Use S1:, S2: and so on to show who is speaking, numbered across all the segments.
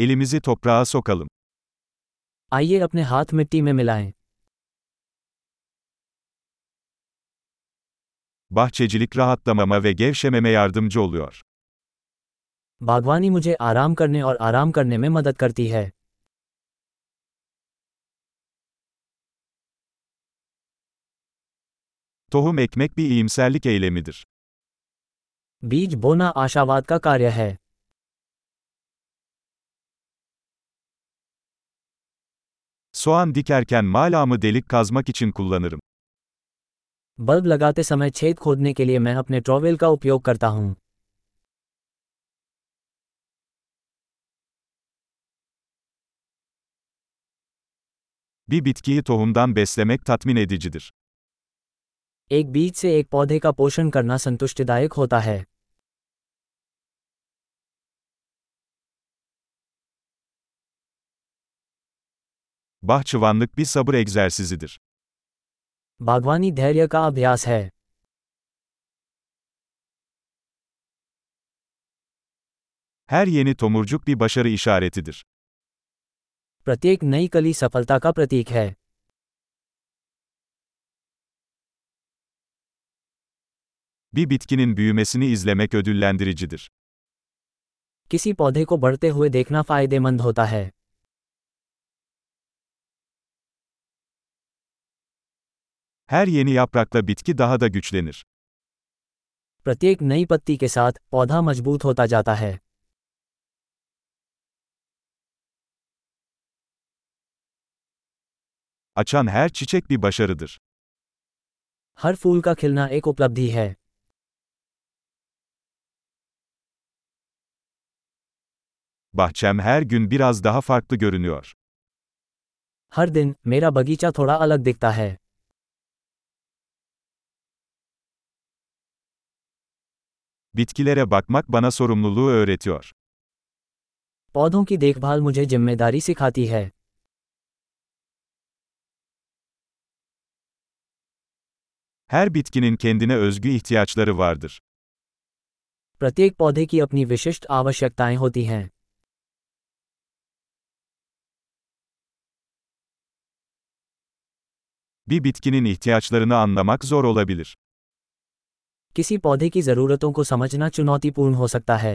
S1: Elimizi toprağa sokalım.
S2: आइए अपने हाथ मिट्टी में मिलाएं
S1: Bahçecilik rahatlamama ve gevşememe yardımcı oluyor.
S2: बागवानी मुझे आराम करने और आराम करने में मदद करती है
S1: Tohum ekmek bir iyimserlik eylemidir.
S2: बीज बोना आशावाद का कार्य है
S1: Soğan dikerken malamı delik kazmak için kullanırım.
S2: Bulb लगाते समय छेद खोदने के लिए मैं अपने ट्रॉवेल का उपयोग करता हूँ
S1: Bir bitkiyi tohumdan beslemek tatmin edicidir.
S2: एक बीज से एक पौधे का पोषण करना संतुष्टिदायक होता है
S1: Bahçıvanlık bir sabır egzersizidir.
S2: बागवानी धैर्य का अभ्यास है
S1: Her yeni tomurcuk bir başarı işaretidir.
S2: प्रत्येक नई कली सफलता का प्रतीक है
S1: Bir bitkinin büyümesini izlemek ödüllendiricidir.
S2: किसी पौधे को बढ़ते हुए देखना फायदेमंद होता है
S1: Her yeni yaprakla bitki daha da güçlenir.
S2: प्रत्येक नई पत्ती के साथ पौधा मजबूत होता जाता है
S1: Açan her çiçek bir başarıdır.
S2: हर फूल का खिलना एक उपलब्धि है
S1: Bahçem her gün biraz daha farklı görünüyor.
S2: हर दिन मेरा बगीचा थोड़ा अलग दिखता है
S1: Bitkilere bakmak bana sorumluluğu öğretiyor.
S2: पौधों की देखभाल मुझे जिम्मेदारी सिखाती है
S1: Her bitkinin kendine özgü ihtiyaçları vardır.
S2: प्रत्येक पौधे की अपनी विशिष्ट आवश्यकताएं होती हैं
S1: Bir bitkinin ihtiyaçlarını anlamak zor olabilir.
S2: किसी पौधे की ज़रूरतों को समझना चुनौतीपूर्ण हो सकता है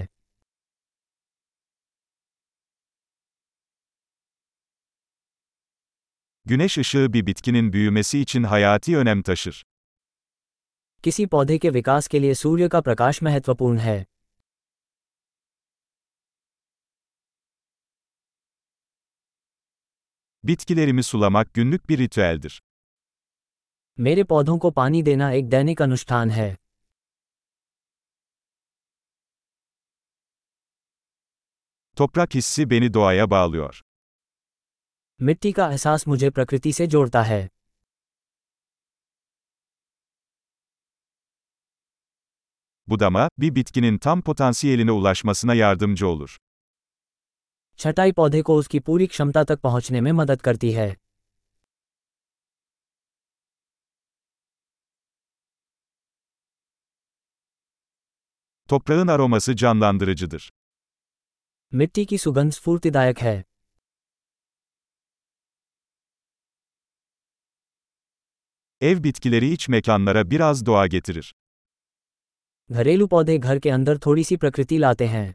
S1: Güneş ışığı bir bitkinin büyümesi için hayati önem taşır.
S2: किसी पौधे के विकास के लिए सूर्य का प्रकाश महत्वपूर्ण है
S1: Bitkilerimi sulamak günlük bir ritüeldir.
S2: मेरे पौधों को पानी देना एक दैनिक अनुष्ठान है
S1: Toprak hissi beni doğaya bağlıyor.
S2: मिट्टी का एहसास मुझे प्रकृति से जोड़ता है
S1: Budama, bir bitkinin tam potansiyeline ulaşmasına yardımcı olur.
S2: छटाई पौधे को उसकी पूरी क्षमता तक पहुंचने में मदद करती है
S1: Toprağın aroması canlandırıcıdır.
S2: मिट्टी की सुगंध स्फूर्तिदायक है
S1: Ev bitkileri iç mekanlara biraz doğa getirir.
S2: घरेलू पौधे घर के अंदर थोड़ी सी प्रकृति लाते हैं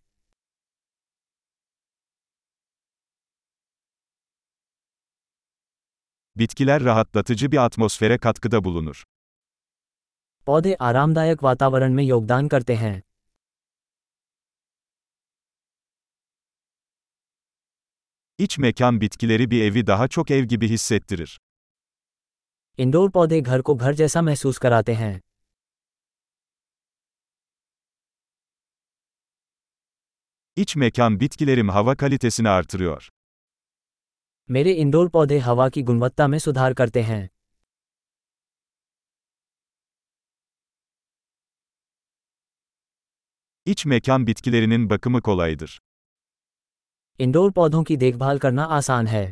S1: Bitkiler rahatlatıcı bir atmosfere katkıda bulunur.
S2: पौधे आरामदायक वातावरण में योगदान करते हैं
S1: İç mekan bitkileri bir evi daha çok ev gibi hissettirir.
S2: Indoor पौधे घर को घर जैसा महसूस कराते हैं
S1: İç mekan bitkilerim hava kalitesini artırıyor.
S2: मेरे इंडोर पौधे हवा की गुणवत्ता में सुधार करते हैं
S1: İç mekan bitkilerinin bakımı kolaydır.
S2: Indoor पौधों की देखभाल करना आसान है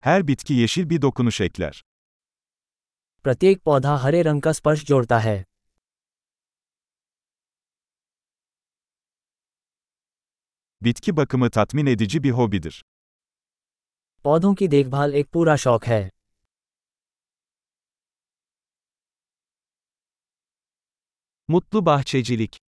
S1: Her bitki yeşil bir dokunuş ekler.
S2: प्रत्येक पौधा हरे रंग का स्पर्श जोड़ता है
S1: bitki bakımı tatmin edici bir hobidir.
S2: पौधों की देखभाल एक पूरा शौक है
S3: Mutlu bahçecilik.